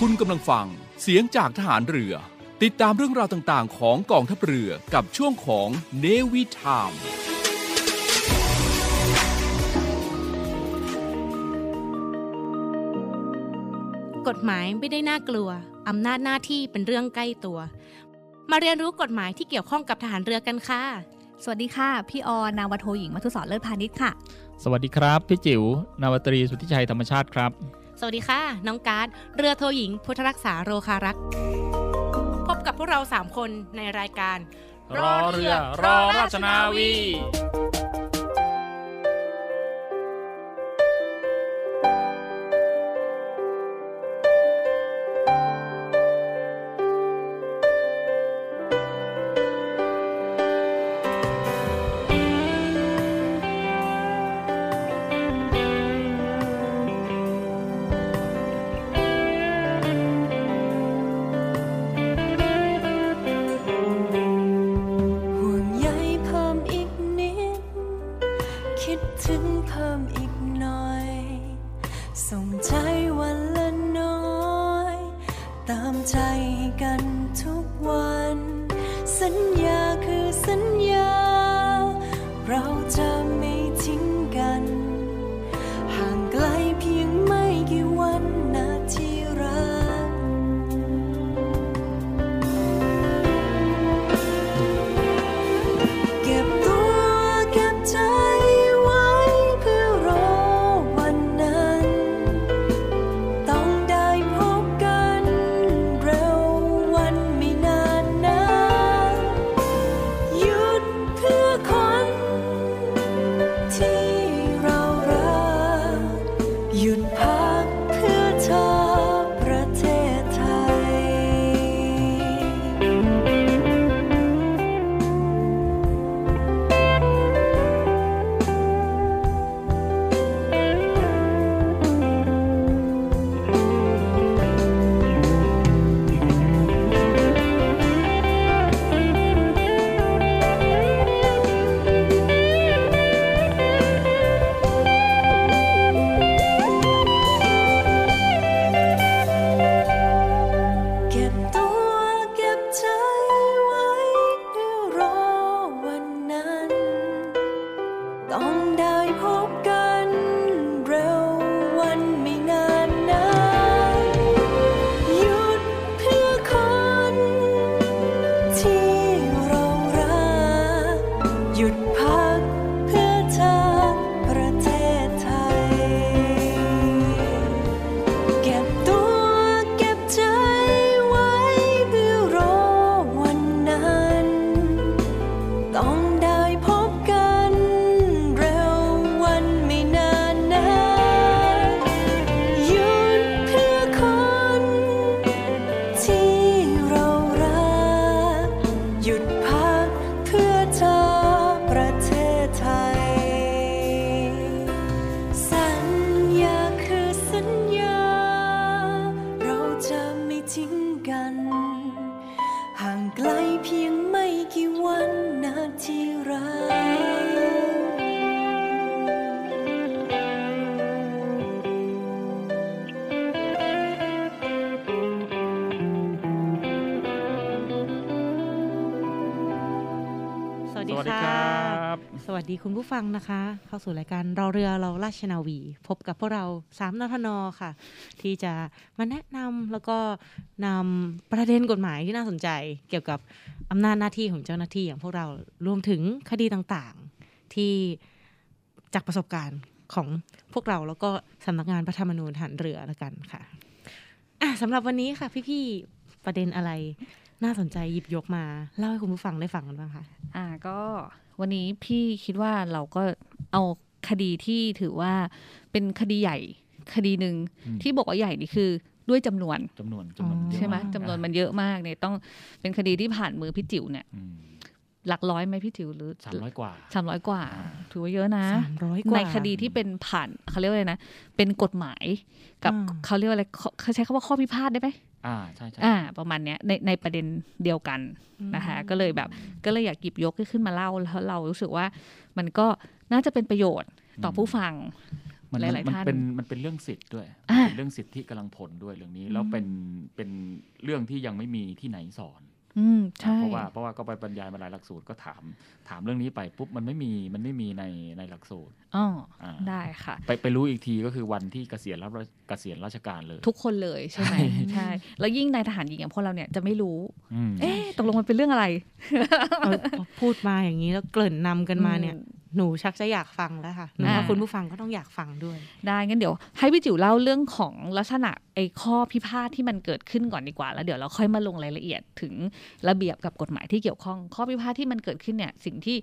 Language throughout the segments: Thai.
คุณกำลังฟัง เสียงจากทหารเรือ ติดตามเรื่องราวต่างๆ ของกองทัพเรือกับช่วงของเนวิทาม กฎหมายไม่ได้น่ากลัว อำนาจหน้าที่เป็นเรื่องใกล้ตัว มาเรียนรู้กฎหมายที่เกี่ยวข้องกับทหารเรือกันค่ะ สวัสดีค่ะ พี่ออนาวาโทหญิงมัทุสรเลิศพาณิชย์ค่ะ สวัสดีครับ พี่จิว๋ว นาวาตรีสุทธิชัยธรรมชาติครับ สวัสดีค่ะ น้องการ์ดเรือโทหญิง พุทธรักษาโรคารักษ์พบกับพวกเรา 3 คนในรายการ ห่วงใยเพิ่มอีกนิด คิดถึงเพิ่มอีกหน่อย ส่งใจวันละน้อย ตามใจให้กันทุกวัน สัญญาคือสัญญา เราจะไม่ทิ้งกัน ห่างไกลเพียงไม่กี่วันนาทีรัก เก็บตัวเก็บใจไว้เพื่อรอวันนั้น ต้องได้พบกันเร็ววันไม่นานนะหยุดเพื่อคนที่เรารัก หยุดพักเพื่อเธอประเทศไทย เก็บตัวเก็บใจไว้เพื่อรอวันนั้น ต้องได้พบกันเร็ววันไม่นานนะหยุดเพื่อคนที่เรารัก หยุดพักเพื่อเธอประเทศไทย เก็บตัวเก็บใจไว้เพื่อรอวันนั้น ต้องได้พบกันเร็ววันไม่นานนะหยุดเพื่อคนที่เรารัก หยุดพักเพื่อเธอประเทศไทย สัญญาคือสัญญา เราจะไม่ทิ้งกัน ห่างไกลเพียงไม่กี่วันนาทีรัก สวัส ส ดี วัสดี ค่ะ ครับ สวัสดีคุณผู้ฟังนะคะ เข้าสู่รายการรอเรือเราราชนาวี พบกับพวกเราสามนทนค่ะ ที่จะมาแนะนำแล้วก็นำประเด็นกฎหมายที่น่าสนใจ เกี่ยวกับอำนาจหน้าที่ของเจ้าหน้าที่อย่างพวกเรารวมถึงคดีต่างๆ ที่จากประสบการณ์ของพวกเราแล้วก็สำนักงานพระธรรมนูญทหารเรือแล้วกันค่ะอ่ะสำหรับวันนี้ค่ะ พี่ๆประเด็นอะไรน่าสนใจหยิบยกมาเล่าให้คุณผู้ฟังได้ฟังกันบ้างคะ อ่าก็วันนี้พี่คิดว่าเราก็เอาคดีที่ถือว่าเป็นคดีใหญ่คดีหนึ่ง อืม ที่บอกว่าใหญ่นี่คือด้วยจำนวน จำนวนจำนวนนเยอะ ใช่ไหม าก จำนวนมันเยอะมากเนี่ยต้องเป็นคดีที่ผ่านมือพี่จิ๋วเนี่ย อืม หลักร้อยไหมพี่จิ๋วหรือ สามร้อยกว่า สามร้อยกว่า อ่า ถือว่าเยอะนะ สามร้อยกว่า ในคดีที่เป็นผ่านเขาเรียกว่าอะไรนะ เป็นกฎหมายกับ อ่า เขาเรียกว่าอะไรเขาเขาใช้คำว่าข้อพิพาทได้ไหม อ่าใช่ใช่ อ่าประมาณเนี้ยในในประเด็นเดียวกันนะคะก็เลยแบบก็เลยอยากหยิบยกขึ้นมาเล่าแล้วเรารู้สึกว่ามันก็น่าจะเป็นประโยชน์ต่อผู้ฟัง มัน หลายๆ มัน ท่าน เป็นมันเป็นเรื่องสิทธิ์ด้วย อ่า เป็นเรื่องสิทธิกำลังผลด้วยเรื่องนี้แล้วเป็นเป็นเรื่องที่ยังไม่มีที่ไหนสอน อืมใช่ เพราะว่าเพราะว่าก็ไปบรรยายมาหลายหลักสูตรก็ถาม ถามเรื่องนี้ไปปุ๊บมันไม่มีมันไม่มีในในหลักสูตร อ๋ออา ได้ค่ะ ไปไปรู้อีกทีก็คือวันที่เกษียณรับราเกษียณราชการเลย ทุกคนเลยใช่ไหมใช่แล้วยิ่งนายทหารหญิงอย่างพวกเราเนี่ยจะไม่รู้ อืม เอ๊ะตกลงมันเป็นเรื่องอะไร เอาเอาพูดมาอย่างนี้แล้วเกริ่นนำกันมาเนี่ย อื หนูชักจะอยากฟังแล้วค่ะหนู อ่า ว่าคุณผู้ฟังก็ต้องอยากฟังด้วย ได้งั้นเดี๋ยวให้พี่จิ๋วเล่าเรื่องของลักษณะไอ้ข้อพิพาทที่มันเกิดขึ้นก่อนดีกว่า แล้วเดี๋ยวเราค่อยมาลงรายละเอียดถึงระเบียบกับกฎหมายที่เกี่ยวข้อง ข้อพิพาทที่มันเกิดขึ้นเนี่ยสิ่งที่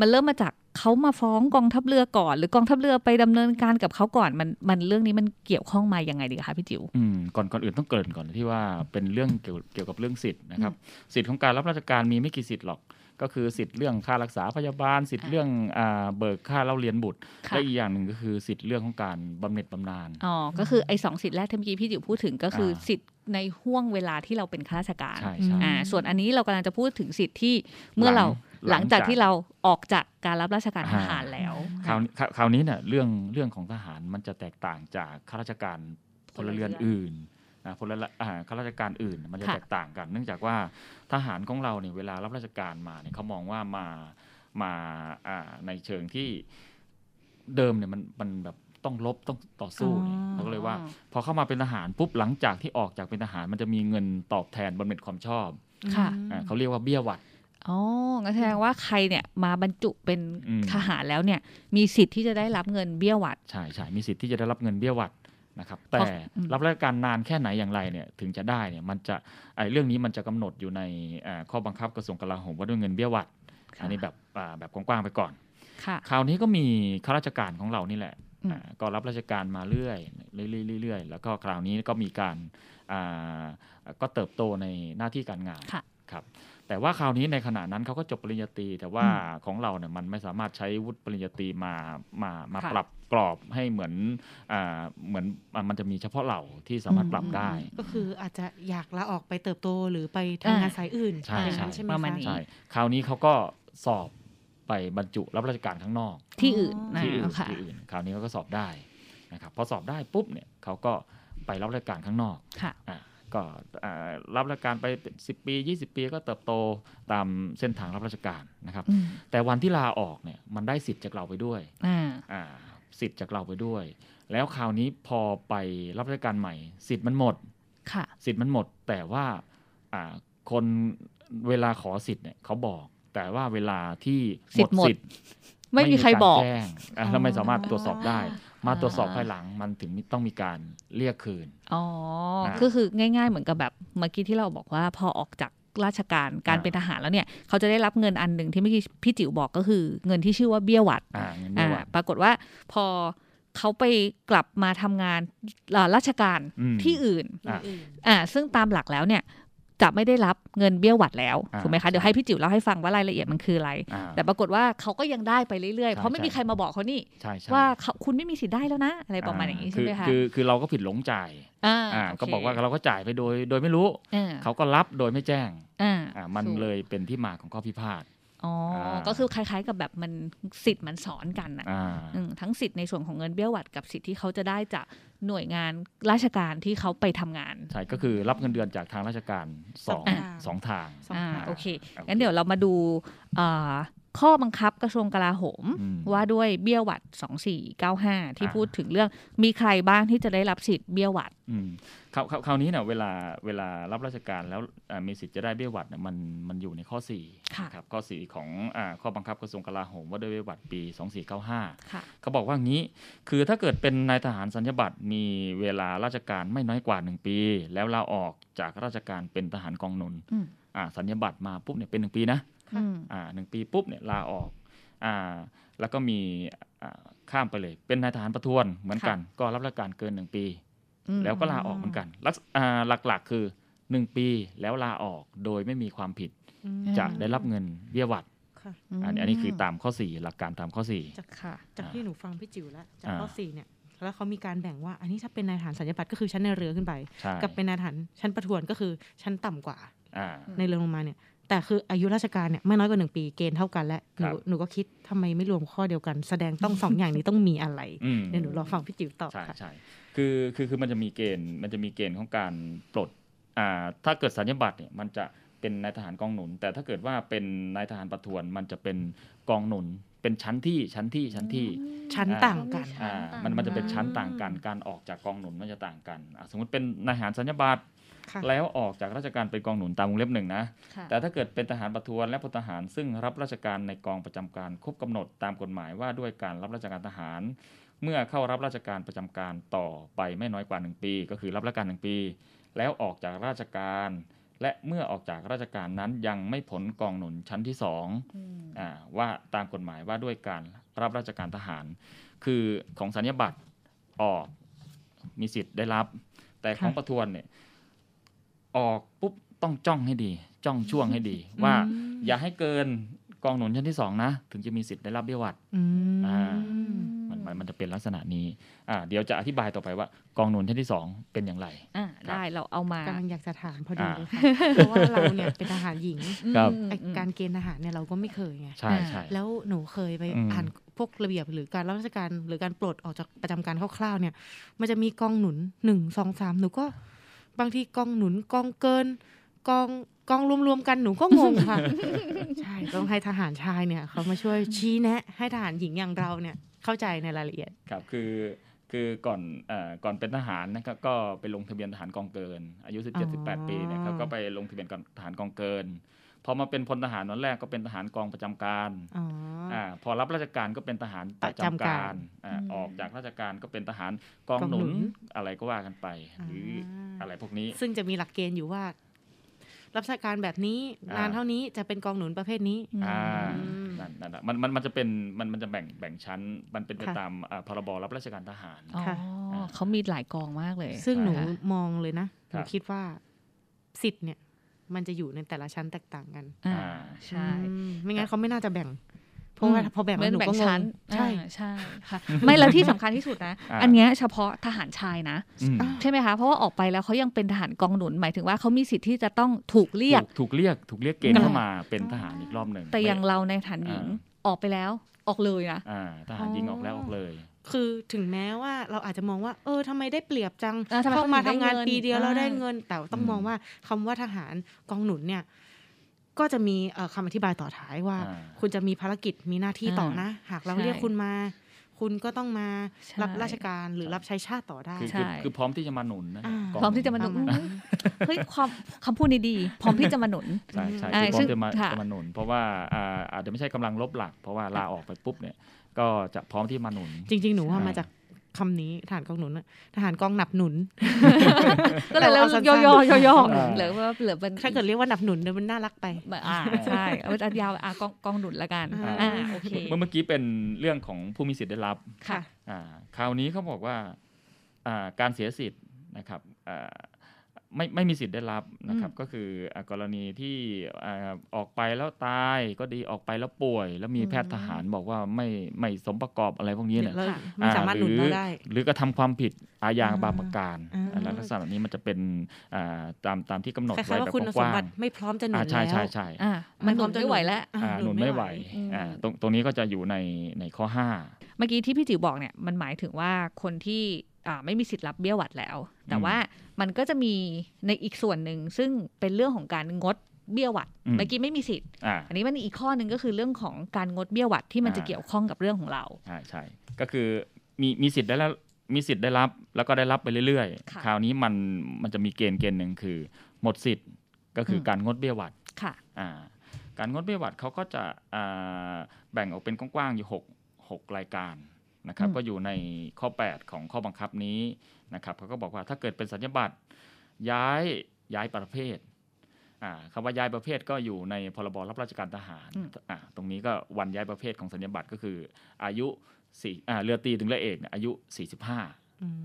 มันเริ่มมาจากเขามาฟ้องกองทัพเรือก่อน หรือกองทัพเรือไปดำเนินการกับเขาก่อนมันมันเรื่องนี้มันเกี่ยวข้องมายังไงดีคะพี่จิ๋ว อืมก่อนก่อนอื่นต้องเกริ่นก่อนที่ว่าเป็นเรื่องเกี่ยวเกี่ยวกับเรื่องสิทธิ์นะครับ สิทธิ์ของการรับราชการมีไม่กี่สิทธิ์หรอก ก็คือสิทธิ์เรื่องค่ารักษาพยาบาล สิทธิ์ อ่า เรื่องอ่าเบิกค่าเล่าเรียนบุตร ค่ะ และอีกอย่างหนึ่งก็คือสิทธิ์เรื่องของการบำเหน็จบำนาญ อ๋อก็คือไอ้สองสิทธิ์แรกที่เมื่อกี้พี่จิ๋วพูดถึงก็คืออา สิทธิ์ในห่วงเวลาที่เราเป็นข้าราชการ ใช่ใช่ อ่าส่วนอันนี้เรากำลังจะพูดถึงสิทธิ์ที่เมื่อเราหลังจากที่เราออกจากการรับราชการท อ่า หารแล้ว คราวนี้คราวคราวนี้เนี่ยเรื่องเรื่องของทหารมันจะแตกต่างจากข้าราชการพลเรืพลเรือนอน อื่นนะพลเรือนอ่าข้าราชการอื่น มันจะ ค่ะ แตกต่างกัน เนื่องจากว่าทหารของเราเนี่ยเวลารับราชการมาเนี่ยเขามองว่ามามาอ่าในเชิงที่เดิมเนี่ยมันมันแบบต้องลบต้องต่อสู้เนี่ย อ๋อ เขาก็เลยว่า พอเข้ามาเป็นทหารปุ๊บหลังจากที่ออกจากเป็นทหารมันจะมีเงินตอบแทนบำเหน็จความชอบ ค่ะ อ่าเขาเรียกว่าเบี้ยหวัด อ๋องั้นแสดงว่าใครเนี่ยมาบรรจุเป็น อืม ทหารแล้วเนี่ย มีสิทธิ์ที่จะได้รับเงินเบี้ยหวัด ใช่ใช่มีสิทธิ์ที่จะได้รับเงินเบี้ยหวัดนะครับ แต่ เพราะอืม รับราชการนานแค่ไหนอย่างไรเนี่ยถึงจะได้เนี่ยมันจะไอ้เรื่องนี้มันจะกำหนดอยู่ในเอ่อข้อบังคับกระทรวงกลาโหมว่าด้วยเงินเบี้ยหวัดอันนี้แบบอ่าแบบกว้างๆไปก่อน ค่ะ คราวนี้ก็มีข้าราชการของเรานี่แหละ อืม อ่าก็รับราชการมาเรื่อยเรื่อยๆเรื่อยๆแล้วก็คราวนี้ก็มีการอ่าก็เติบโตในหน้าที่การงาน ค่ะ ครับแต่ว่าคราวนี้ในขณะนั้นเขาก็จบปริญญาตรี แต่ว่าของเราเนี่ยมันไม่สามารถใช้วุฒิปริญญาตรีมามามา ค่ะ ปรับกรอบให้เหมือนอ่าเหมือนอ่ะมันจะมีเฉพาะเหล่าที่สามารถ อืม ปรับได้ ก็คืออาจจะอยากลาออกไปเติบโตหรือไปทำงานสายอื่น ใช่ อย่าง ใช่ นั้นใช่ไหม ประมาณ คะ นี้ ใช่คราวนี้เขาก็สอบไปบรรจุรับราชการข้างนอก ที่อื่น อ่า ที่อื่น ค่ะ ที่อื่น คราวนี้เขาก็สอบได้นะครับพอสอบได้ปุ๊บเนี่ยเขาก็ไปรับราชการข้างนอก ค่ะ อ่ะก็อ่ารับราชการไป 10 ปี 20 ปีก็เติบโตตามเส้นทางรับราชการนะครับ อืม แต่วันที่ลาออกเนี่ยมันได้สิทธิ์จากเราไปด้วย อ่า อ่าสิทธิ์จากเราไปด้วย แล้วคราวนี้พอไปรับราชการใหม่ สิทธิ์มันหมด ค่ะ สิทธิ์มันหมด แต่ว่าอ่าคนเวลาขอสิทธิ์เนี่ยเขาบอก แต่ว่าเวลาที่ สิทธิ์หมด ไม่มีใครบอก ไม่มีารแจ้งอ่ะเราไม่สามารถตรวจสอบได้ มาตรวจสอบ อ่า ภายหลังมันถึงต้องมีการเรียกคืน อ๋ออา ก็คือง่าย ๆ เหมือนกับแบบเมื่อกี้ที่เราบอกว่าพอออกจากราชการการ อ่า เป็นทหารแล้วเนี่ยเขาจะได้รับเงินอันหนึ่งที่เมื่อกี้พี่จิ๋วบอกก็คือเงินที่ชื่อว่าเบี้ยหวัด อ่าเงินเบี้ อ่าย หวัด ปรากฏว่าพอเขาไปกลับมาทำงานเอ่อราชการ อืม ที่อื่น อ่ะ อื่น อ่าซึ่งตามหลักแล้วเนี่ยจะไม่ได้รับเงินเบี้ยหวัดแล้ว อ่า ถูกไหมคะเดี๋ยวให้พี่จิ๋วเล่าให้ฟังว่ารายละเอียดมันคืออะไร อ่า แต่ปรากฏว่าเขาก็ยังได้ไปเรื่อยๆ ใช่ เพราะไม่มี ใช่ ใครมาบอกเขานี่ ใช่ใช่ ว่าเขาคุณไม่มีสิทธิ์ได้แล้วนะ อะไรประมาณอย่างนี้ใช่ไหมคะ คือคือเราก็ผิดหลงจ่าย อ่า อ่า โค ก็บอกว่าเราก็จ่ายไปโดยโดยไม่รู้ อ่า เขาก็รับโดยไม่แจ้ง อ่า อ่ามัน ถูก เลยเป็นที่มาของข้อพิพาท อ๋ออา ก็คือคล้าย ๆ กับแบบมันสิทธิ์มันสอนกันอะ อ่า อืมทั้งสิทธิ์ในส่วนของเงินเบี้ยหวัดกับสิทธิ์ที่เขาจะได้จากหน่วยงานราชการที่เขาไปทำงาน ใช่ ก็คือรับเงินเดือนจากทางราชการสอง อ่า สองทาง สอง อ่า ทาง โอเค โอเค งั้นเดี๋ยวเรามาดูเอ่อข้อบังคับกระทรวงกลาโหม อืม ว่าด้วยเบี้ยหวัด 2495 ที่ อ่า พูดถึงเรื่องมีใครบ้างที่จะได้รับสิทธิ์เบี้ยหวัด อืมคราวคราวคราวนี้เนี่ยเวลาเวลารับราชการแล้วอ่ามีสิทธิ์จะได้เบี้ยหวัดเนี่ยมันมันอยู่ในข้อ4 ค่ะ ครับข้อ 4 ของอาข้อบังคับกระทรวงกลาโหมว่าด้วยเบี้ยหวัดปี 2495 ค่ะ เขาบอกว่างี้ คือถ้าเกิดเป็นนายทหารสัญญบัตรมีเวลาราชการไม่น้อยกว่า 1 ปี แล้วลาออกจากราชการเป็นทหารกองหนุน อืม อ่าสัญญบัตรมาปุ๊บเนี่ยเป็น 1 ปีนะ อืม อ่าหนึ่งปีปุ๊บเนี่ยลาออกอ่าแล้วก็มีอ่าข้ามไปเลย เป็นนายทหารประทวนเหมือนกัน ก็รับราชการเกิน 1 ปี อืม แล้วก็ลาออกเหมือนกันลักษอ่าหลักๆคือ 1 ปีแล้วลาออกโดยไม่มีความผิด อืม จะได้รับเงินเบี้ยหวัด ค่ะ อันนี้อันนี้คือตามข้อสี่หลักการตามข้อสี่ จาก ค่ะ จากที่หนูฟังพี่จิ๋วแล้วจาก อ่า ข้อสี่เนี่ยแล้วเขามีการแบ่งว่า อันนี้ถ้าเป็นนายทหารสัญญาบัตรก็คือชั้นในเรือขึ้นไป ใช่ กับเป็นนายทหารชั้นประทวนก็คือชั้นต่ำกว่า อ่า ในเรือลงมาเนี่ย แต่คืออายุราชการเนี่ยไม่น้อยกว่าหนึ่งปีเกณฑ์เท่ากันแหละหนู ครับ หนูก็คิดทำไมไม่รวมข้อเดียวกัน แสดงต้องสองอย่างนี้ต้องมีอะไร อืม เดี๋ยวหนูรอฟังพี่จิ๋วตอบ ใช่ ค่ะ ใช่คือคือคือมันจะมีเกณฑ์มันจะมีเกณฑ์ของการปลดอ่าถ้าเกิดสัญญาบัตรเนี่ยมันจะเป็นนายทหารกองหนุน แต่ถ้าเกิดว่าเป็นนายทหารประทวน มันจะเป็นกองหนุน เป็นชั้นที่ชั้นที่ชั้นที่ ชั้นต่างกัน อ่ามันมันจะเป็นชั้นต่างกันการออกจากกองหนุนมันจะต่างกันอ่ะสมมติเป็นนายทหารสัญญาบัตร ค่ะ แล้วออกจากราชการเป็นกองหนุนตามวงเล็บหนึ่งนะ ค่ะ แต่ถ้าเกิดเป็นทหารประทวนและพลทหารซึ่งรับราชการในกองประจำการครบกำหนดตามกฎหมายว่าด้วยการรับราชการทหาร เมื่อเข้ารับราชการประจำการต่อไปไม่น้อยกว่า 1 ปี ก็คือรับราชการหนึ่งปี แล้วออกจากราชการ และเมื่อออกจากราชการนั้นยังไม่ผลกองหนุนชั้นที่สอง อืม อ่าว่าตามกฎหมายว่าด้วยการรับราชการทหาร คือของสัญญาบัตรออกมีสิทธิ์ได้รับ แต่ของ ค่ะ ประทวนเนี่ยออกปุ๊บต้องจ้องให้ดี จ้องช่วงให้ดี ว่า อืม อย่าให้เกินกองหนุนชั้นที่สองนะ ถึงจะมีสิทธิ์ได้รับเบี้ยหวัด อืม อ่า มันมันมันจะเป็นลักษณะนี้อ่าเดี๋ยวจะอธิบายต่อไปว่ากองหนุนชั้นที่สองเป็นอย่างไร อ่าได้เราเอามาก ำลังอยากจะถามพอดี อ่า เลยค่ะเพราะว่าเราเนี่ยเป็นทหารหญิง ครับ อืม ไอ้ อืม การเกณฑ์ทหารเนี่ยเราก็ไม่เคยไง ใช่ใช่ แล้วหนูเคยไป อืม อ่านพวกระเบียบหรือการรับราชการหรือการปลดออกจากประจำการคร่าวๆเนี่ย มันจะมีกองหนุนหนึ่งสองสามหนูก็ บางทีกองหนุนกองเกิน กองกองรวมๆกันหนูก็งง ค่ะ ใช่ต้องให้ทหารชายเนี่ย เขามาช่วยชี้แนะ ให้ทหารหญิงอย่างเราเนี่ยเข้าใจในรายละเอียด ครับคือคือก่อนเอ่อก่อนเป็นทหารนะครับก็ไปลงทะเบียนทหารกองเกิน อายุ อ๋อ 17 18 ปีเนี่ยครับก็ไปลงทะเบียนกับทหารกองเกิน พอมาเป็นพลทหารวันแรกก็เป็นทหารกองประจำการ อ๋ออ ่าพอรับราชการก็เป็นทหารประ ประ จำ จำ กา การ ร อ่า อืม ออกจากราชการก็เป็นทหารกอง กอหงหนุ นุน น อะไรก็ว่ากันไป หรืออา อะไรพวกนี้ ซึ่งจะมีหลักเกณฑ์อยู่ว่า รับราชการแบบนี้นาน อ่า เท่านี้จะเป็นกองหนุนประเภทนี้ อ่า อืม นั่นนั่นน่ะมันมันมันจะเป็นมันมันจะแบ่งแบ่งชั้น มันเป็นไป ค่ะ ตามอ่าพรบรับราชการทหาร อ๋อ ค่ะ เขามีหลายกองมากเลย ซึ่งหนู ค่ะ มองเลยนะห ครั นู บ คิดว่าสิทธิ์เนี่ย มันจะอยู่ในแต่ละชั้นแตกต่างกัน อ่า อ่า ใช่ อืมไม่งั้นเขาไม่น่าจะแบ่ง เพราะว่าพอแบ่งแล้วหนู แบ่ ก็ ง ง ชั้ ง น ใช่ อ่าใช่ค่ะ ไม่แล้วที่สำคัญที่สุดนะ อ่า อันเนี้ยเฉพาะทหารชายนะ อืม ใช่ไหมคะ เพราะว่าออกไปแล้วเขายังเป็นทหารกองหนุน หมายถึงว่าเขามีสิทธิ์ที่จะต้องถูกเรียก ถูถูกเรียกถูกเรียกเกณฑ์ อ่า เข้ามาเป็นทหารอีกรอบหนึ่ง แต่อย่าง ไม่ เราในฐานหญิง อ่ ออกไปแล้วออกเลยนะ อ่าทหารยิงออกแล้วออกเลย คือถึงแม้ว่าเราอาจจะมองว่า เออทำไมได้เปรียบจัง เออทำไม เข้ามาทำงาน เขาถึงได้เงิน ปีเดียวแล้วได้ อ่า เงิน แต่ต้อง อืม มองว่าคำว่าทหารกองหนุนเนี่ย ก็จะมีเอ่อคำอธิบายต่อท้ายว่า อ่า คุณจะมีภารกิจมีหน้าที่ต่อนะ หากเราเรียก ใช่ คุณมา คุณก็ต้องมา ใช่ รับราชการหรือรับใช้ชาติต่อได้ คือ ใช่ คือคือพร้อมที่จะมาหนุนนะ อ่า กง พร้อมที่จะมาหนุน ประมาณนั้น เฮ้ยความคำพูดนี้ดีพร้อมที่จะมา หนุน ใช่ใช่ อ่า คือพร้อ ซึ่ ม ง จะมา ค่ะ จะมาหนุน เพราะว่าอ่าอาจจะไม่ใช่กำลังลบหลัก เพราะว่าลาออกไปปุ๊บเนี่ย ก็จะพร้อมที่มาหนุน จริง ๆ หนูว่า ใช่ มาจากคำนี้ทหารกองหนุนน่ะทหารกองหนับหนุน ก็เลยเริ่ม เอาสั้นๆ ย่อย่อย่อย่อ อ่า เหลือว่าเหลือเป็น ถ้าเกิดเรียกว่าหนับหนุนเนี่ยมันน่ารักไป อ่าใช่เอาเป็นอันยาวอ่ะกองกองหนุนละกัน อ่า อ่าโอเค เมื่อเมื่อกี้เป็นเรื่องของผู้มีสิทธิ์ได้รับ ค่ะ อ่าคราวนี้เขาบอกว่าอ่าการเสียสิทธิ์นะครับอ่าไม่ไม่มีสิทธิ์ได้รับนะครับ ก็คืออ่ากรณีที่อ่าออกไปแล้วตายก็ดีออกไปแล้วป่วย แล้วมีแพทย์ทหารบอกว่าไม่ไม่สมประกอบอะไรพวกนี้เนี่ย เราไม่สามารถหนุนเราได้ หรือกระทำความผิดอาญา อ่า บางประการ อ่า อันนั้นลักษณะนี้มันจะเป็นอ่าตามตามที่กำหนด คล้า ไว้ ยๆว่า แบบ คุณ ก สม ว้าง บัติไม่พร้อมจะห ๆ นุ อ่าน ใช่ แล้ว ใช่ใช่ อ่า มันหนุน มันหนุน ไม่ไหวแล้ว อ่า อ่าหนุนไม่ไหวอ่าตรงตรงนี้ก็จะอยู่ในในข้อ เมื่อกี้ที่พี่จิ๋วบอกเนี่ยมันหมายถึงว่าคนที่อ่าไม่มีสิทธิ์รับเบี้ยหวัดแล้ว แต่ อืม ว่ามันก็จะมีในอีกส่วนหนึ่งซึ่งเป็นเรื่องของการงดเบี้ยหวัด อืม เมื่อกี้ไม่มีสิทธิ์ 5อ่า อันนี้มันมีอีกข้อหนึ่งก็คือเรื่องของการงดเบี้ยหวัดที่มันจะเกี่ยวข้องกับเรื่องของเรา ใช่ใช่ก็คือมีมีสิทธิ์ได้แล้วมีสิทธิ์ได้รับ แล้วก็ได้รับไปเรื่อย ค่ะ ๆ คราวนี้มันมันจะมีเกณฑ์เกณฑ์หนึ่งคือ หมดสิทธิ์ก็คืออการงดเบี้ยหวัด ค่ะ อ่าการงดเบี้ยหวัดเขาก็จะอ่าแบ่งออกเป็นกว้างๆอยู่6 6รายการนะครับ อืม ก็อยู่ในข้อ 8 ของข้อบังคับนี้นะครับเขาก็บอกว่าถ้าเกิดเป็นสัญญาบัตรย้ายย้ายประเภทอ่าคำว่าย้ายประเภทก็อยู่ในพรบรับราชการทหารอ่าตรงนี้ก็วันย้ายประเภทของสัญญาบัตรก็คืออายุสี่อ่าเรือตรีถึงเรือเอกเนี่ยอายุ 45 อืม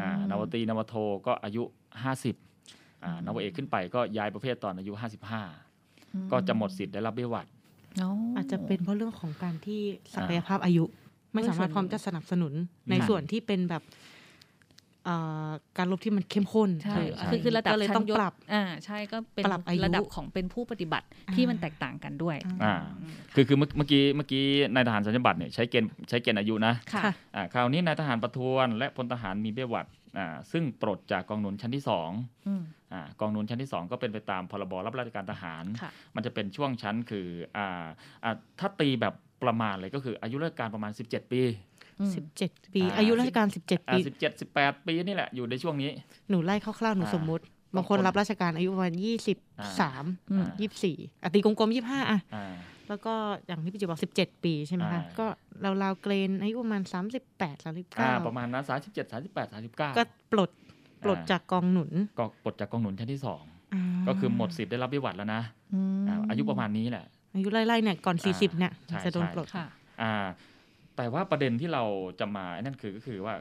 อ่านาวตรีนาวโทก็อายุ 50อ่านาวเอกขึ้นไปก็ย้ายประเภทตอนอายุ อืม 55 ก็จะหมดสิทธิ์ได้รับเบี้ยหวัด อาจจะเป็นเพราะเรื่องของการที่ศักยภาพอายุ ไม่สามารถพร้อมจะสนับสนุนใน อืม ส่วนที่เป็นแบบ เ เอ่อการลบที่มันเข้มข้น ใช่ เ ใช่ คือคือระดับ ก็เลย ชั้น ต้อง ยศ ปรับ อ่าใช่ก็เป็น ปรับอายุ ระดับของเป็นผู้ปฏิบัติที่มันแตกต่างกันด้วย อ่า อ่า คือคือเมื่อเมื่อกี้เมื่อกี้นายทหารสัญญบัตรเนี่ยใช้เกณฑ์ใช้เกณฑ์อายุนะ ค่ะ ค่ะ อ่าคราวนี้นายทหารประทวนและพลทหารมีเบี้ยหวัดอ่าซึ่งปลดจากกองหนุนชั้นที่สอง อืม อ่ากองหนุนชั้นที่สองก็เป็นไปตามพรบรับราชการทหาร ค่ะ มันจะเป็นช่วงชั้นคืออ่าอ่าถ้าตีแบบประมาณเลยก็คืออายุราชการประมาณ 17 ปี อืม สิบเจ็ดปี า อายุราชการสิบเจ็ด อ่า ปี สิบเจ็ดสิบแปดปีนี่แหละอยู่ในช่วงนี้ หนูไล่คร่าวๆหนู อ่า สมมุติ บางคน บางคน รับราชการอายุประมาณยี่สิบสาม อืม อ่า ยี่สิบสี่อะตีกลมๆยี่ห้าอะ อ่า แล้วก็อย่างที่พี่จิวบอกสิบเจ็ดปีใช่ไหมคะ อ่า ก็ราวๆเกรนอายุประมาณสามสิบแปดสามสิบ อ่า เก้า ประมาณนั้นสามสิบเจ็ดสามสิบแปดสามสิบเก้า ก็ปลดปลดจากกองหนุน ก็ปลดจากกองหนุนชั้นที่สอง อ่า ก็คือหมดสิทธิ์ได้รับวิวัฒน์แล้วนะ อืม อ่าอายุประมาณนี้แหละ อายุไล่ๆเนี่ยก่อน อ่า สี่สิบเนี่ย ใช่ จะโดน ใช่ ปลด ค่ะ อ่าแต่ว่าประเด็นที่เราจะมาไอ้นั่นคือก็คือว่า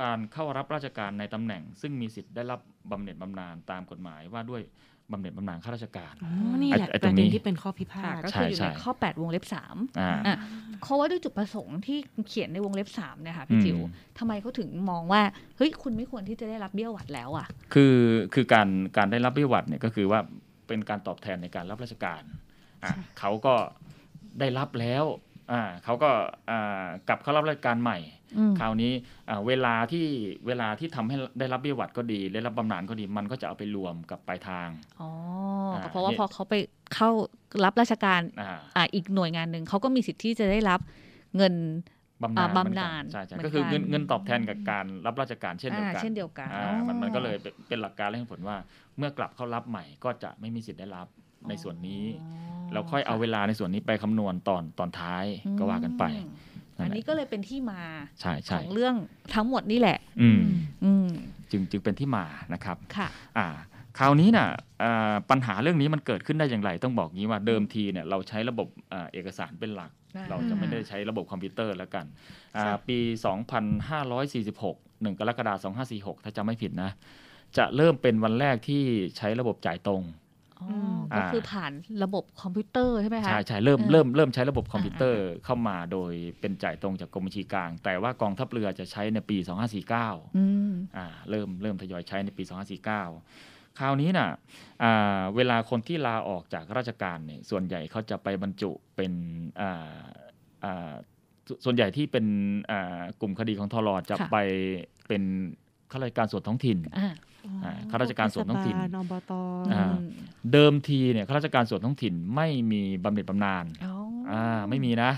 การเข้ารับราชการในตำแหน่ง ซึ่งมีสิทธิ์ได้รับบำเหน็จบำนาญตามกฎหมายว่าด้วยบำเหน็จบำนาญข้าราชการ อ๋อ นี่แหละ ไอ้ไอ้ ป ตร ระ งนี้ เด็นที่เป็นข้อพิพา ค่ะ ท ก็คืออยู่ ใช่ ใน ใช่ ข้อ 8 วงเล็บ 3 อ่า อ่ะ เขาว่าด้วยจุดประสงค์ที่เขียนในวงเล็บ 3 เนี่ยค่ะพี่จิ๋ว อืม ทำไมเขาถึงมองว่า เฮ้ย คุณไม่ควรที่จะได้รับเบี้ยหวัดแล้วอ่ะ คือคือการการได้รับวิวัฒน์เนี่ยก็คือว่าเป็นการตอบแทนในการรับราชการอ่ะเขาก็ได้รับแล้วอ่าเขาก็อ่ากลับเข้ารับราชการใหม่ อืม คราวนี้อ่าเวลาที่เวลาที่ทำให้ได้รับวิวัฒน์ก็ดี ได้รับบำนาญก็ดี มันก็จะเอาไปรวมกับปลายทาง อ๋อ อ่า เพราะว่า เนี่ย พอเขาไปเข้ารับราชการ อ่า อ่ะอีกหน่วยงานหนึ่งเขาก็มีสิทธิ์ที่จะได้รับเงิน บำนาญ อ่าบำนาญ เหมือกัใช่ใช่ เหมือน ก็คือ กัน เงินเงินตอบแทนกับการรับราชการเช่นเดียวกั อ่านเช่นเดียวกัน อ่า อ๋อ มันมันก็เลยเป็นเป็นหลักการและเหตุผลว่า เมื่อกลับเข้ารับใหม่ก็จะไม่มีสิทธิ์ได้รับในส่วนนี้ อ๋อ แล้วค่อยเอาเวลาในส่วนนี้ไปคำนวณตอนตอนท้ายก็ว่ากันไป อืม นั่ อันนแหละ นี้ก็เลยเป็นที่มา ใช่ ข ใช่ องเรื่องทั้งหมดนี่แหละ อืม อืม จึงจึงเป็นที่มานะครับ ค่ะ อ่าคราวนี้น่ะอ่าปัญหาเรื่องนี้มันเกิดขึ้นได้อย่างไร ต้องบอกงี้ว่าเดิมทีเนี่ยเราใช้ระบบอ่าเอกสารเป็นหลัก อ่า เราจะไม่ได้ใช้ระบบคอมพิวเตอร์แล้วกันอ่า ครับ ปี 2546 1 กรกฎาคม2546 ถ้าจำไม่ผิดนะ จะเริ่มเป็นวันแรกที่ใช้ระบบจ่ายตรง อ๋อ ม ก็ อ่า คือผ่านระบบคอมพิวเตอร์ใช่ไหมคะ ใช่ใช่เริ่ม เออ เริ่มเริ่มใช้ระบบคอมพิวเตอร์เข้ามาโดยเป็นจ่ายตรงจากกรมบัญชีกลาง แต่ว่ากองทัพเรือจะใช้ในปี 2549 ืม อ่าเริ่มเริ่มทยอยใช้ในปี 2549 คราวนี้น่ะอ่าเวลาคนที่ลาออกจากราชการเนี่ยส่วนใหญ่เขาจะไปบรรจุเป็นอ่าอ่าสส่วนใหญ่ที่เป็นอ่ากลุ่มคดีของทรจะ ค่ะ ไปเป็นข้าราชการส่วนท้องถิ่น อ่า อ่าข้าราชการส่วนท้องถิ่น เทศบาลอบต อ่า เดิมทีเนี่ยข้าราชการส่วนท้องถิ่นไม่มีบำเหน็จบำนาญ อ๋ออ่า อ่าไม่มีนะ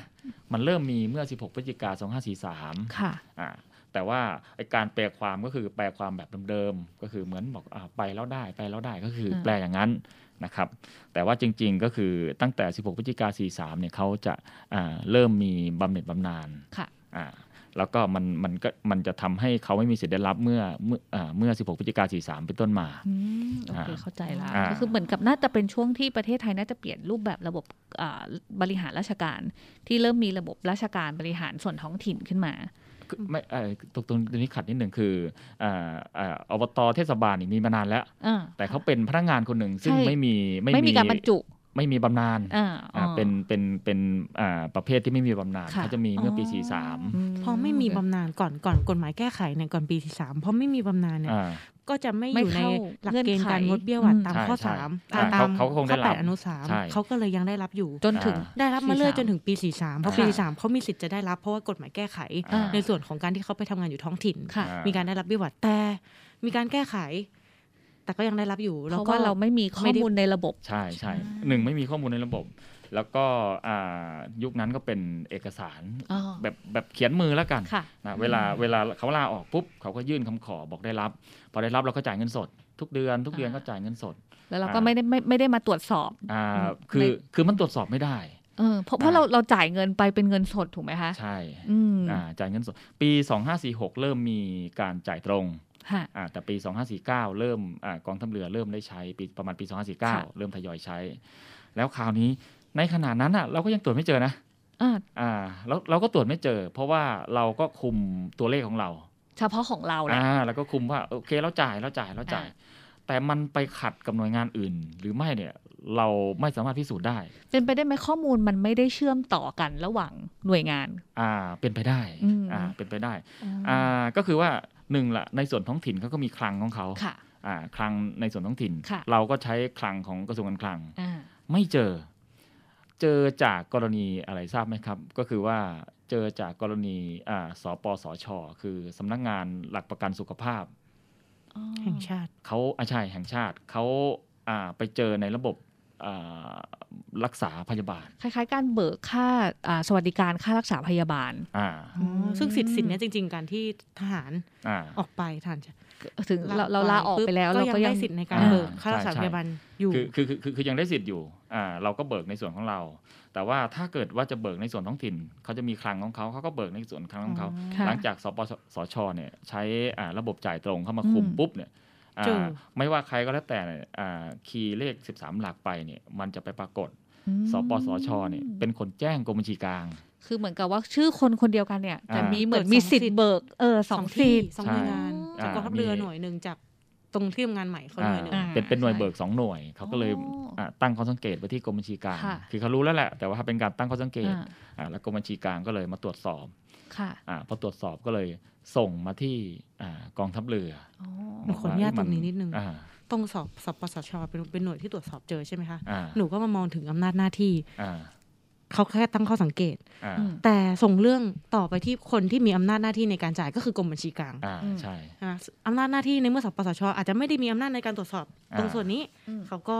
มันเริ่มมีเมื่อ 16 พฤศจิกา2543 ค่ะ อ่าแต่ว่าไอ้การแปลความก็คือแปลความแบบเดิมๆ ก็คือเหมือนบอกอาไปแล้วได้ไปแล้วได้ก็คืออ ม แปลอย่างนั้นนะครับ แต่ว่าจริงๆก็คือตั้งแต่ 16 พฤศจิกา43เนี่ยเขาจะอ่าเริ่มมีบำเหน็จบำนาญ ค่ะ อ่าแล้วก็มันมันก็มันจะทำให้เขาไม่มีสิทธิ์ได้รับเมื่อเมื่ออ่าเมื่อ 16 พฤศจิกา43 เป็นต้นมา อืมโอเค อ่า เข้าใจละ อ่า ก็คือเหมือนกับน่าจะเป็นช่วงที่ประเทศไทยน่าจะเปลี่ยนรูปแบบระบบอ่าบริหารราชการ ที่เริ่มมีระบบราชการบริหารส่วนท้องถิ่นขึ้นมา คือไม่เอ่อตรงตรงตรงนี้ขัดนิดหนึ่งคืออ่าอ่าอบตเทศบาลนี่มีมานานแล้ว อ่า แต่เขาเป็นพนักงานคนหนึ่งซึ่ง ใช่ ไม่มี ไม่มีการบรรจุ ไม่มีบำนาญ อ่า อ่า อ๋อ เป็นเป็นเป็นอ่าประเภทที่ไม่มีบำนาญ ค่ะ เขาจะมีเมื่อปี อ๋อ 43 พอไม่มีบำนาญก่อนก่อนกฎหมายแก้ไขเนี่ยก่อนปีที่สามพอไม่มีบำนาญเนี่ย อ่า ก็จะไม่อ ไม่ ยู่ใน เข้า หลักเกณฑ์การงดเบี้ยหวัดตาม ใช่ ข้อ ใช่ สาม อ่า ตาม เขาเขาคงได้ ข้อ รับ แปดอนุสาม ใช่ เขาก็เลยยังได้รับอยู่ จนถึง ได้รับมาเรื่อยจนถึงปี 43 เพราะปี ค่ะ 43เขามีสิทธิ์จะได้รับเพราะว่ากฎหมายแก้ไข อ่า ในส่วนของการที่เขาไปทำงานอยู่ท้องถิ่น ค่ะ อ่า มีการได้รับวิวัตแต่มีการแก้ไข แต่ก็ยังได้รับอยู่ เพ แล้ว ราะ ก็ ว่าเราไม่มีข้ ไม่ อ ได้ มูลในระบบ ใช่ใช่หนึ่งไม่มีข้อมูลในระบบ แล้วก็อ่ายุคนั้นก็เป็นเอกสาร อ๋อ แบบแบบเขียนมือแล้วกัน ค่ะ นะเวลาเวลาเขาลาออกปุ๊บเขาก็ยื่นคำขอบอกได้รับ พอได้รับเราก็จ่ายเงินสด ทุกเดือน ทุกเดือน อ่า ก็จ่ายเงินสด แล้วเราก็ไม่ได้ไม่ไม่ได้มาตรวจสอบ อ่า อืม คือ ใน คือมันตรวจสอบไม่ได้ เออเพราะเพราะ อ่า เราเราจ่ายเงินไปเป็นเงินสดถูกไหมคะ ใช่ อืม อ่าจ่ายเงินสดปี 2546 เริ่มมีการจ่ายตรง ค่ะ อ่าแต่ปี 2549 เริ่มอากองทัพเรือเริ่มได้ใช้ปีประมาณปี ค่ะ 2549 เริ่มทยอยใช้ แล้วคราวนี้ในขณะนั้นอ่ะเราก็ยังตรวจไม่เจอนะ อ่า อ่าเราเราก็ตรวจไม่เจอ เพราะว่าเราก็คุมตัวเลขของเรา เฉพาะของเราแหละ อ่าแล้วก็คุมว่าโอเคเราจ่ายเราจ่ายเราจ่าย อ่ แต่มันไปขัดกับหน่วยงานอื่น หรือไม่เนี่ยเราไม่สามารถพิสูจน์ได้ เป็นไปได้ไหมข้อมูลมันไม่ได้เชื่อมต่อกันระหว่างหน่วยงาน อ่าเป็นไปได้ อืม อ่าเป็นไปได้อ่าก็คือว่า หนึ่งละในส่วนท้องถิ่นเขาก็มีคลังของเขา ค่ะ อ่าคลังในส่วนท้องถิ่น ค่ะ เราก็ใช้คลังของกระทรวงการคลัง อ่า ไม่เจอ เจอจากกรณีอะไรทราบไหมครับ ก็คือว่าเจอจากกรณีอ่าสปสช คือสำนักงานหลักประกันสุขภาพ อ๋อ แห่งชาติ เขาอาชัยแห่งชาติเขาอ่าไปเจอในระบบอ่ารักษาพยาบาล คล้ายๆ การเบิกค่าอ่าสวัสดิการค่ารักษาพยาบาล อ่า อ๋อซึ่งสิทธิ์สิทธิ์เนี้ยจริง ๆ การที่ทหาร อ่า ออกไปทหารจะ ถึงเราเราลาออกไปแล้วเรา ยั ก็ ง ยัง ได้สิทธิ์ในการ อ่า เบิกค่ารักษา ใช่ใช่ พยาบาลอยู่ คือคือคือคือคือยังได้สิทธิ์อยู่อ่าเราก็เบิกในส่วนของเรา แต่ว่าถ้าเกิดว่าจะเบิกในส่วนท้องถิ่นเขาจะมีคลังของเขาเขาก็เบิกในส่วนคลังของเขา ค่ะ หลังจากสปสชเนี่ยใช้อ่าระบบจ่ายตรงเข้ามาคุม อืม ปุ๊บเนี่ยอ่า จู่ ไม่ว่าใครก็แล้วแต่เนี่ยอ่าคีย์เลข 13 หลักไปเนี่ยมันจะไปปรากฏ อืม สปสชเนี่ยเป็นคนแจ้งกรมบัญชีกลาง คือเหมือนกับว่าชื่อคนคนเดียวกันเนี่ยแต่ อ่ามี มีเหมือน เบิก มี สอง สิท สิทธิ์ ธิ์เบิกเออสองสิ ที่ ทธิ์ สองหน่วยงาน ใช่ จากกองทัพเรือหน่วยหนึ่งจากตรงที่ทำงานใหม่เขาหน่วยหนึ่ง อ่าเป็นเป็นหน่วยเบิกสองหน่วย เขาก็เลย อ๋ออ่ ะตั้งข้อสังเกตไว้ที่กรมบัญชีกลาง ค่ะ คือเขารู้แล้วแหละ แต่ว่าเป็นการตั้งข้อสังเกต อ่า อ่ะแล้วกรมบัญชีกลางก็เลยมาตรวจสอบ ค่ะ อ่ะพอตรวจสอบก็เลยส่งมาที่อ่ากองทัพเรือ อ๋อ หนูขออนุญาตตรงนี้นิดนึง อ่า ตรงสอบสปสชเป็นเป็นหน่วยที่ตรวจสอบเจอใช่ไหมคะ อ่า หนูก็มามองถึงอำนาจหน้าที่ อ่า เขาแค่ตั้งข้อสังเกต อ่า อืม แต่ส่งเรื่องต่อไปที่คนที่มีอำนาจหน้าที่ในการจ่ายก็คือกรมบัญชีกลาง อ่าใช่ นะคะอำนาจหน้าที่ในเมื่อสปสชอาจจะไม่ได้มีอำนาจในการตรวจสอบ อ่า ตรงส่วนนี้ อืม เขาก็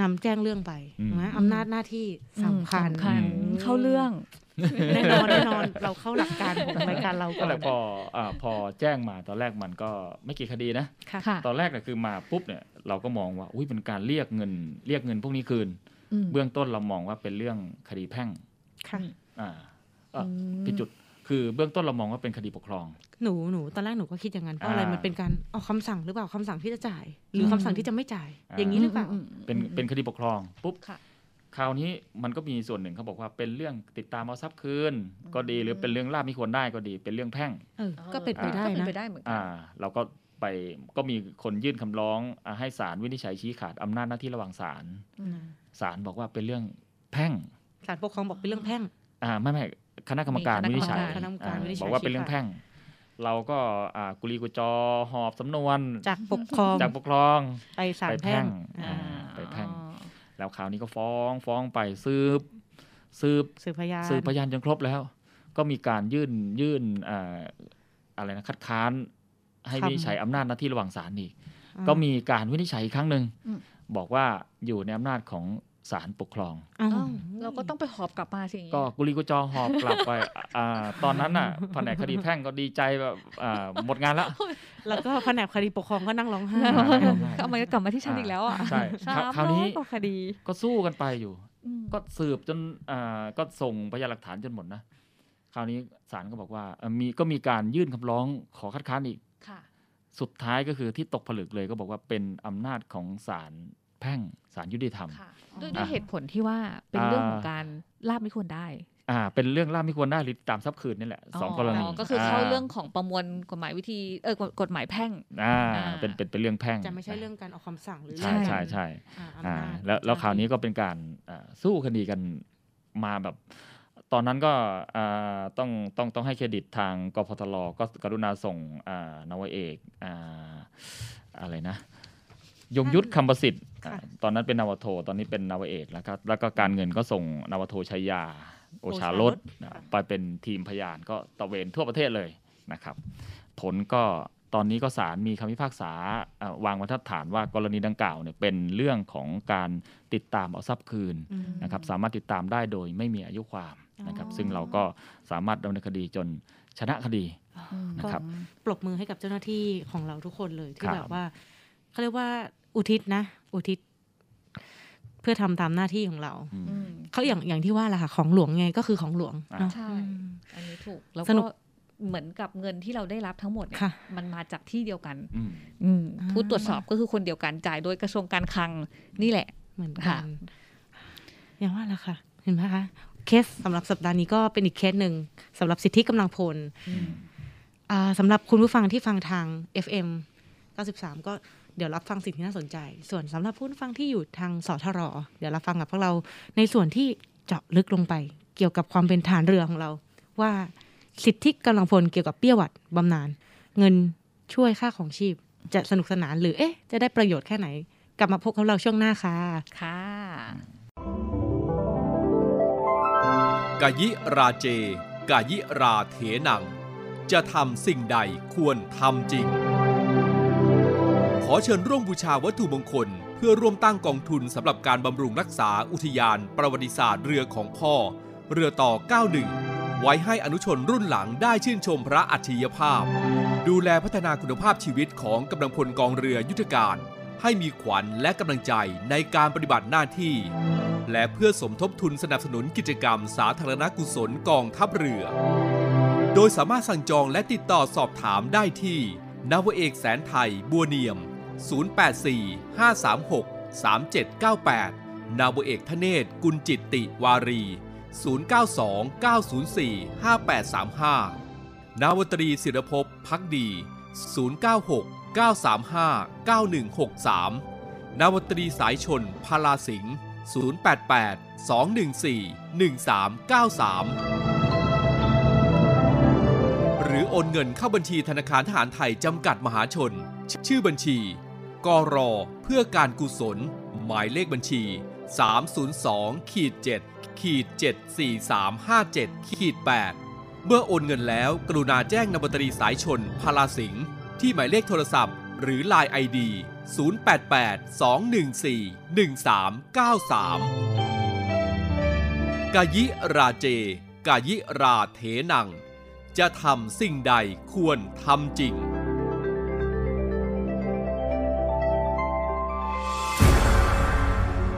นำแจ้งเรื่องไป อืม นะอำนาจหน้าที่สำคัญ สำคัญ อืม เข้าเรื่อง แน่นอนแน่นอนเราเข้าหลักการของรายการเรา ก็ ก่อน เลยพออ่าพอแจ้งมาตอนแรกมันก็ไม่กี่คดีนะ ค่ะ ค่ะ ตอนแรกเนี่ยคือมาปุ๊บเนี่ยเราก็มองว่าอุ้ยเป็นการเรียกเงินเรียกเงินพวกนี้คืน ม เบื้องต้นเรามองว่าเป็นเรื่องคดีแพ่ง ค่ะ อ่า เอ่อ ผิดจุดคือเบื้องต้นเรามองว่าเป็นคดีปกครอง หนูหนูตอนแรกหนูก็คิดอย่างนั้นเพราะอะไร อ่ามั มันเป็นการออกคำสั่งหรือเปล่าคำสั่งที่จะจ่าย หรืออ ม คำสั่งที่จะไม่จ่าย อ่า อย่างนี้หรือเปล่า ม เป็นเป็นคดีปกครองปุ๊บ ค่ะ คราวนี้มันก็มีส่วนหนึ่งเขาบอกว่าเป็นเรื่องติดตามเอาทรัพย์คืน ก็ดีหรือเป็นเรื่องลาบมีควรได้ก็ดี เป็นเรื่องแพ่ง เออ ก็เป็นไปได้ ก็เป็ นะ นไปได้เหมือนกั อ่า เราก็ไปก็มีคนยื่นคำร้องอ่าให้ศาลวินิจฉัยชี้ขาดอำนาจหน้าที่ระหว่างศาล อืม ศาลบอกว่าเป็นเรื่องแพ่ง ศาลปกครองบอกเป็นเรื่องแพ่ง อ่าไม่ไม่คณะกรรมการ มี วินิจฉัย คณะกรรม การ อ่า วินิจฉัย บอกว่าเป็นเรื่องแพ่ง เราก็อ่ากุลีกุจอหอบสำนวน จากปกครอง จากปกครอง ไปศาลไปแพ่งแพ่ง อ่า อ่า ไปแพ่ง แล้วคราวนี้ก็ฟ้องฟ้องไปสืบสืบ สืบพยาน สืบพยานจนครบแล้ว ก็มีการยื่นยื่นอ่าอะไรนะคัดค้าน ให้วินิจฉัยอำนาจหน้าที่ระหว่างศาลอีก อ่า ก็มีการวินิจฉัยอีกครั้งหนึ่ง อืม บอกว่าอยู่ในอำนาจของศาลปกครอง อ้าว อ้าวเราก็ต้องไปหอบกลับมาสิอย่างงี้ ก็กุลีกุจอหอบกลับไป อ่าตอนนั้นน่ะแผนกคดีแพ่งก็ดีใจแบบอ่าหมดงานแล้ว แล้วก็แผนกคดีปกครองก็นั่งร้องไห้ อ่า ก็เอามันกลับมาที่ฉันอีกแล้วอ่ะ ใช่ สาม คราว ร้อ นี้ ยกว่าคดี ก็สู้กันไปอยู่ อืม ก็สืบจนอ่าก็ส่งพยานหลักฐานจนหมดนะ คราวนี้ศาลก็บอกว่าเอ่อมีก็มีการยื่นคำร้องขอคัดค้านอีก ค่ะ สุดท้ายก็คือที่ตกผลึกเลยก็บอกว่าเป็นอำนาจของศาลแพ่งศาลยุติธรรม ค่ะด้วยด้วยเหตุผลที่ว่าเป็น อ่า เรื่องของการลาบไม่ควรได้ อ่าเป็นเรื่องล่าไม่ควรได้หรือตามทรัพย์คืนนี่แหละสองกรณี ก็คือเข้าเรื่องของประมวลกฎหมายวิธีเออกฎกฎหมายแพ่ง อ่า อ่า เป็นเป็นเป็นเรื่องแพ่ง จะไม่ใช่เรื่องการออกคำสั่งหรือ ใช่ใช่ใช่ อ่าอำ อ่า นาจ แล้วแล้วคราวนี้ก็เป็นการอ่าสู้คดีกันมาแบบ ตอนนั้นก็อ่าต้องต้องต้องให้เครดิตทางกพทลก็กรุณาส่งอ่านวเอกอ่าอะไรนะ ยงยุทธคำประสิทธิ์อ่าตอนนั้นเป็นนวโท ตอนนี้เป็นนวเอกแล้วก็แล้วก็การเงินก็ส่งนวโทชัยยา โอชารสนะไปเป็นทีมพยานก็ตระเวนทั่วประเทศเลยนะครับ ผลก็ตอนนี้ก็ศาลมีคำพิพากษาเอ่อวางบรรทัดฐานว่ากรณีดังกล่าวเนี่ยเป็นเรื่องของการติดตามเอาทรัพย์คืน อืม นะครับสามารถติดตามได้โดยไม่มีอายุความนะครับ อ๋อ ซึ่งเราก็สามารถดำเนินคดีจนชนะคดี ก็ นะครับ ปรบมือให้กับเจ้าหน้าที่ของเราทุกคนเลยที่ ครับ แบบว่าเขาเรียกว่าอุทิศนะ อุทิศ เพื่อทำตามหน้าที่ของเรา อืม อืม เขาอย่างอย่างที่ว่าแหละค่ะ ของหลวงไงก็คือของหลวง อ่า เนาะ ใช่ อืม อันนี้ถูก แล้ว สนุ ก็ ก เหมือนกับเงินที่เราได้รับทั้งหมดเนี่ย ค่ะ มันมาจากที่เดียวกัน อืม อืมผู้ตรวจสอบก็คือคนเดียวกันจ่ายโดยกระทรวงการคลังนี่แหละ เหมือนกั ค่ะ นอย่างว่าแหละค่ะ เห็นไหมคะ เคสสำหรับสัปดาห์นี้ก็เป็นอีกเคสหนึ่งสำหรับสิทธิกำลังพลอ่าสำหรับคุณผู้ฟังที่ฟังทาง FM 93 ก็เดี๋ยวรับฟังสิ่งที่น่าสนใจ ส่วนสำหรับผู้ฟังที่อยู่ทางสทรเดี๋ยวรับฟังกับพวกเราในส่วนที่เจาะลึกลงไป เกี่ยวกับความเป็นฐานเรือของเรา ว่าสิทธิกำลังพลเกี่ยวกับเปี้ยหวัดบำนาญเงิน ช่วยค่าของชีพ จะสนุกสนานหรือเอ๊ะจะได้ประโยชน์แค่ไหน กลับมาพบกับเราช่วงหน้าค่ะ ค่ะ กายิราเจ กายิราเถนัง จะทำสิ่งใดควรทำจริง ขอเชิญร่วมบูชาวัตถุมงคล เพื่อร่วมตั้งกองทุนสำหรับการบำรุงรักษาอุทยานประวัติศาสตร์เรือของพ่อ เรือต่อ 91 ไว้ให้อนุชนรุ่นหลังได้ชื่นชมพระอัจฉริยภาพ ดูแลพัฒนาคุณภาพชีวิตของกำลังพลกองเรือยุทธการ ให้มีขวัญและกำลังใจในการปฏิบัติหน้าที่ และเพื่อสมทบทุนสนับสนุนกิจกรรมสาธารณกุศลกองทัพเรือ โดยสามารถสั่งจองและติดต่อสอบถามได้ที่ นาวเอกแสนไทยบัวเนียม 084 536 3798 นาวเอกทเนศกุลจิตติวารี 092 904 5835 นาวตรีศิรภพพักดี 096 935 9163 นาวตรีสายชนพาราสิงห์088 214 1393 หรือโอนเงินเข้าบัญชีธนาคารทหารไทยจำกัดมหาชน ชื่อบัญชี กรอเพื่อการกุศล หมายเลขบัญชี 302ขีด7ขีด74357ขีด8เมื่อโอนเงินแล้วกรุณาแจ้งนาวตรีสายชนพาราสิงห์ที่หมายเลขโทรศัพท์ หรือ Line ID 088 214 1393 กายิราเจ กายิราเถนัง จะทำสิ่งใดควรทำจริง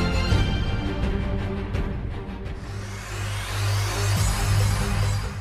4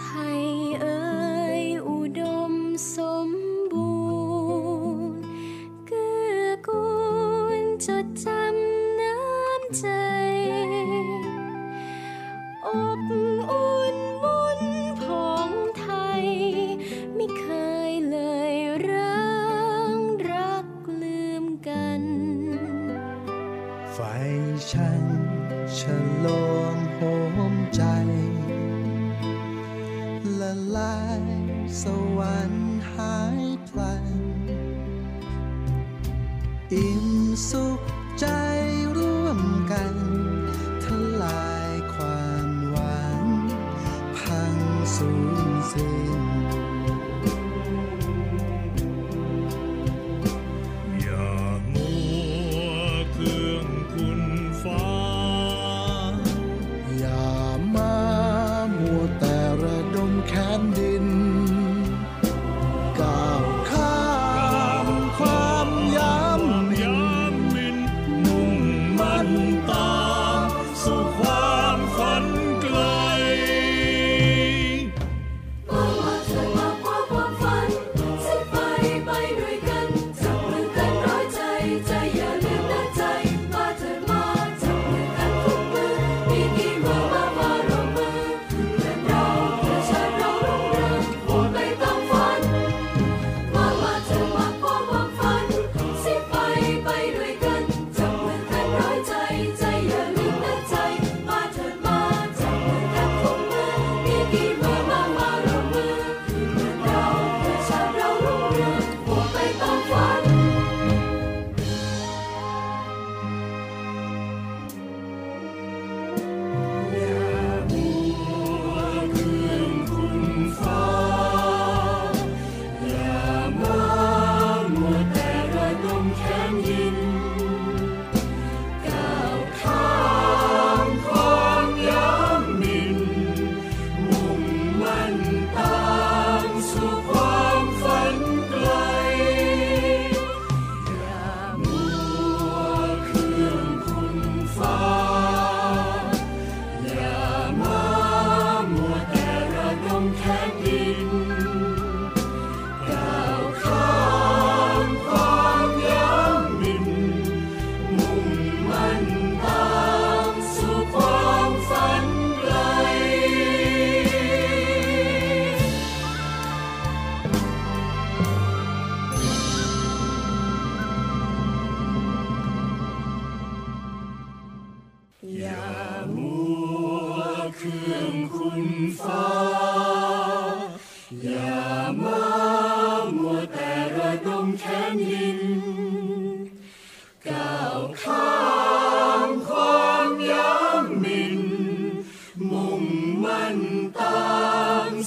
ไทยเอ่ยอุดมสมบูรณ์เกื้อกูลจดจำน้ำใจ อบอุ่นบุญผองไทย ไม่เคยเลยร้างรักลืมกัน ไฟฉันฉลองโหมใจละลายสวรรค์หายพลัน อิ่มสุขใจร่วม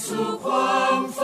สู่ความฝัน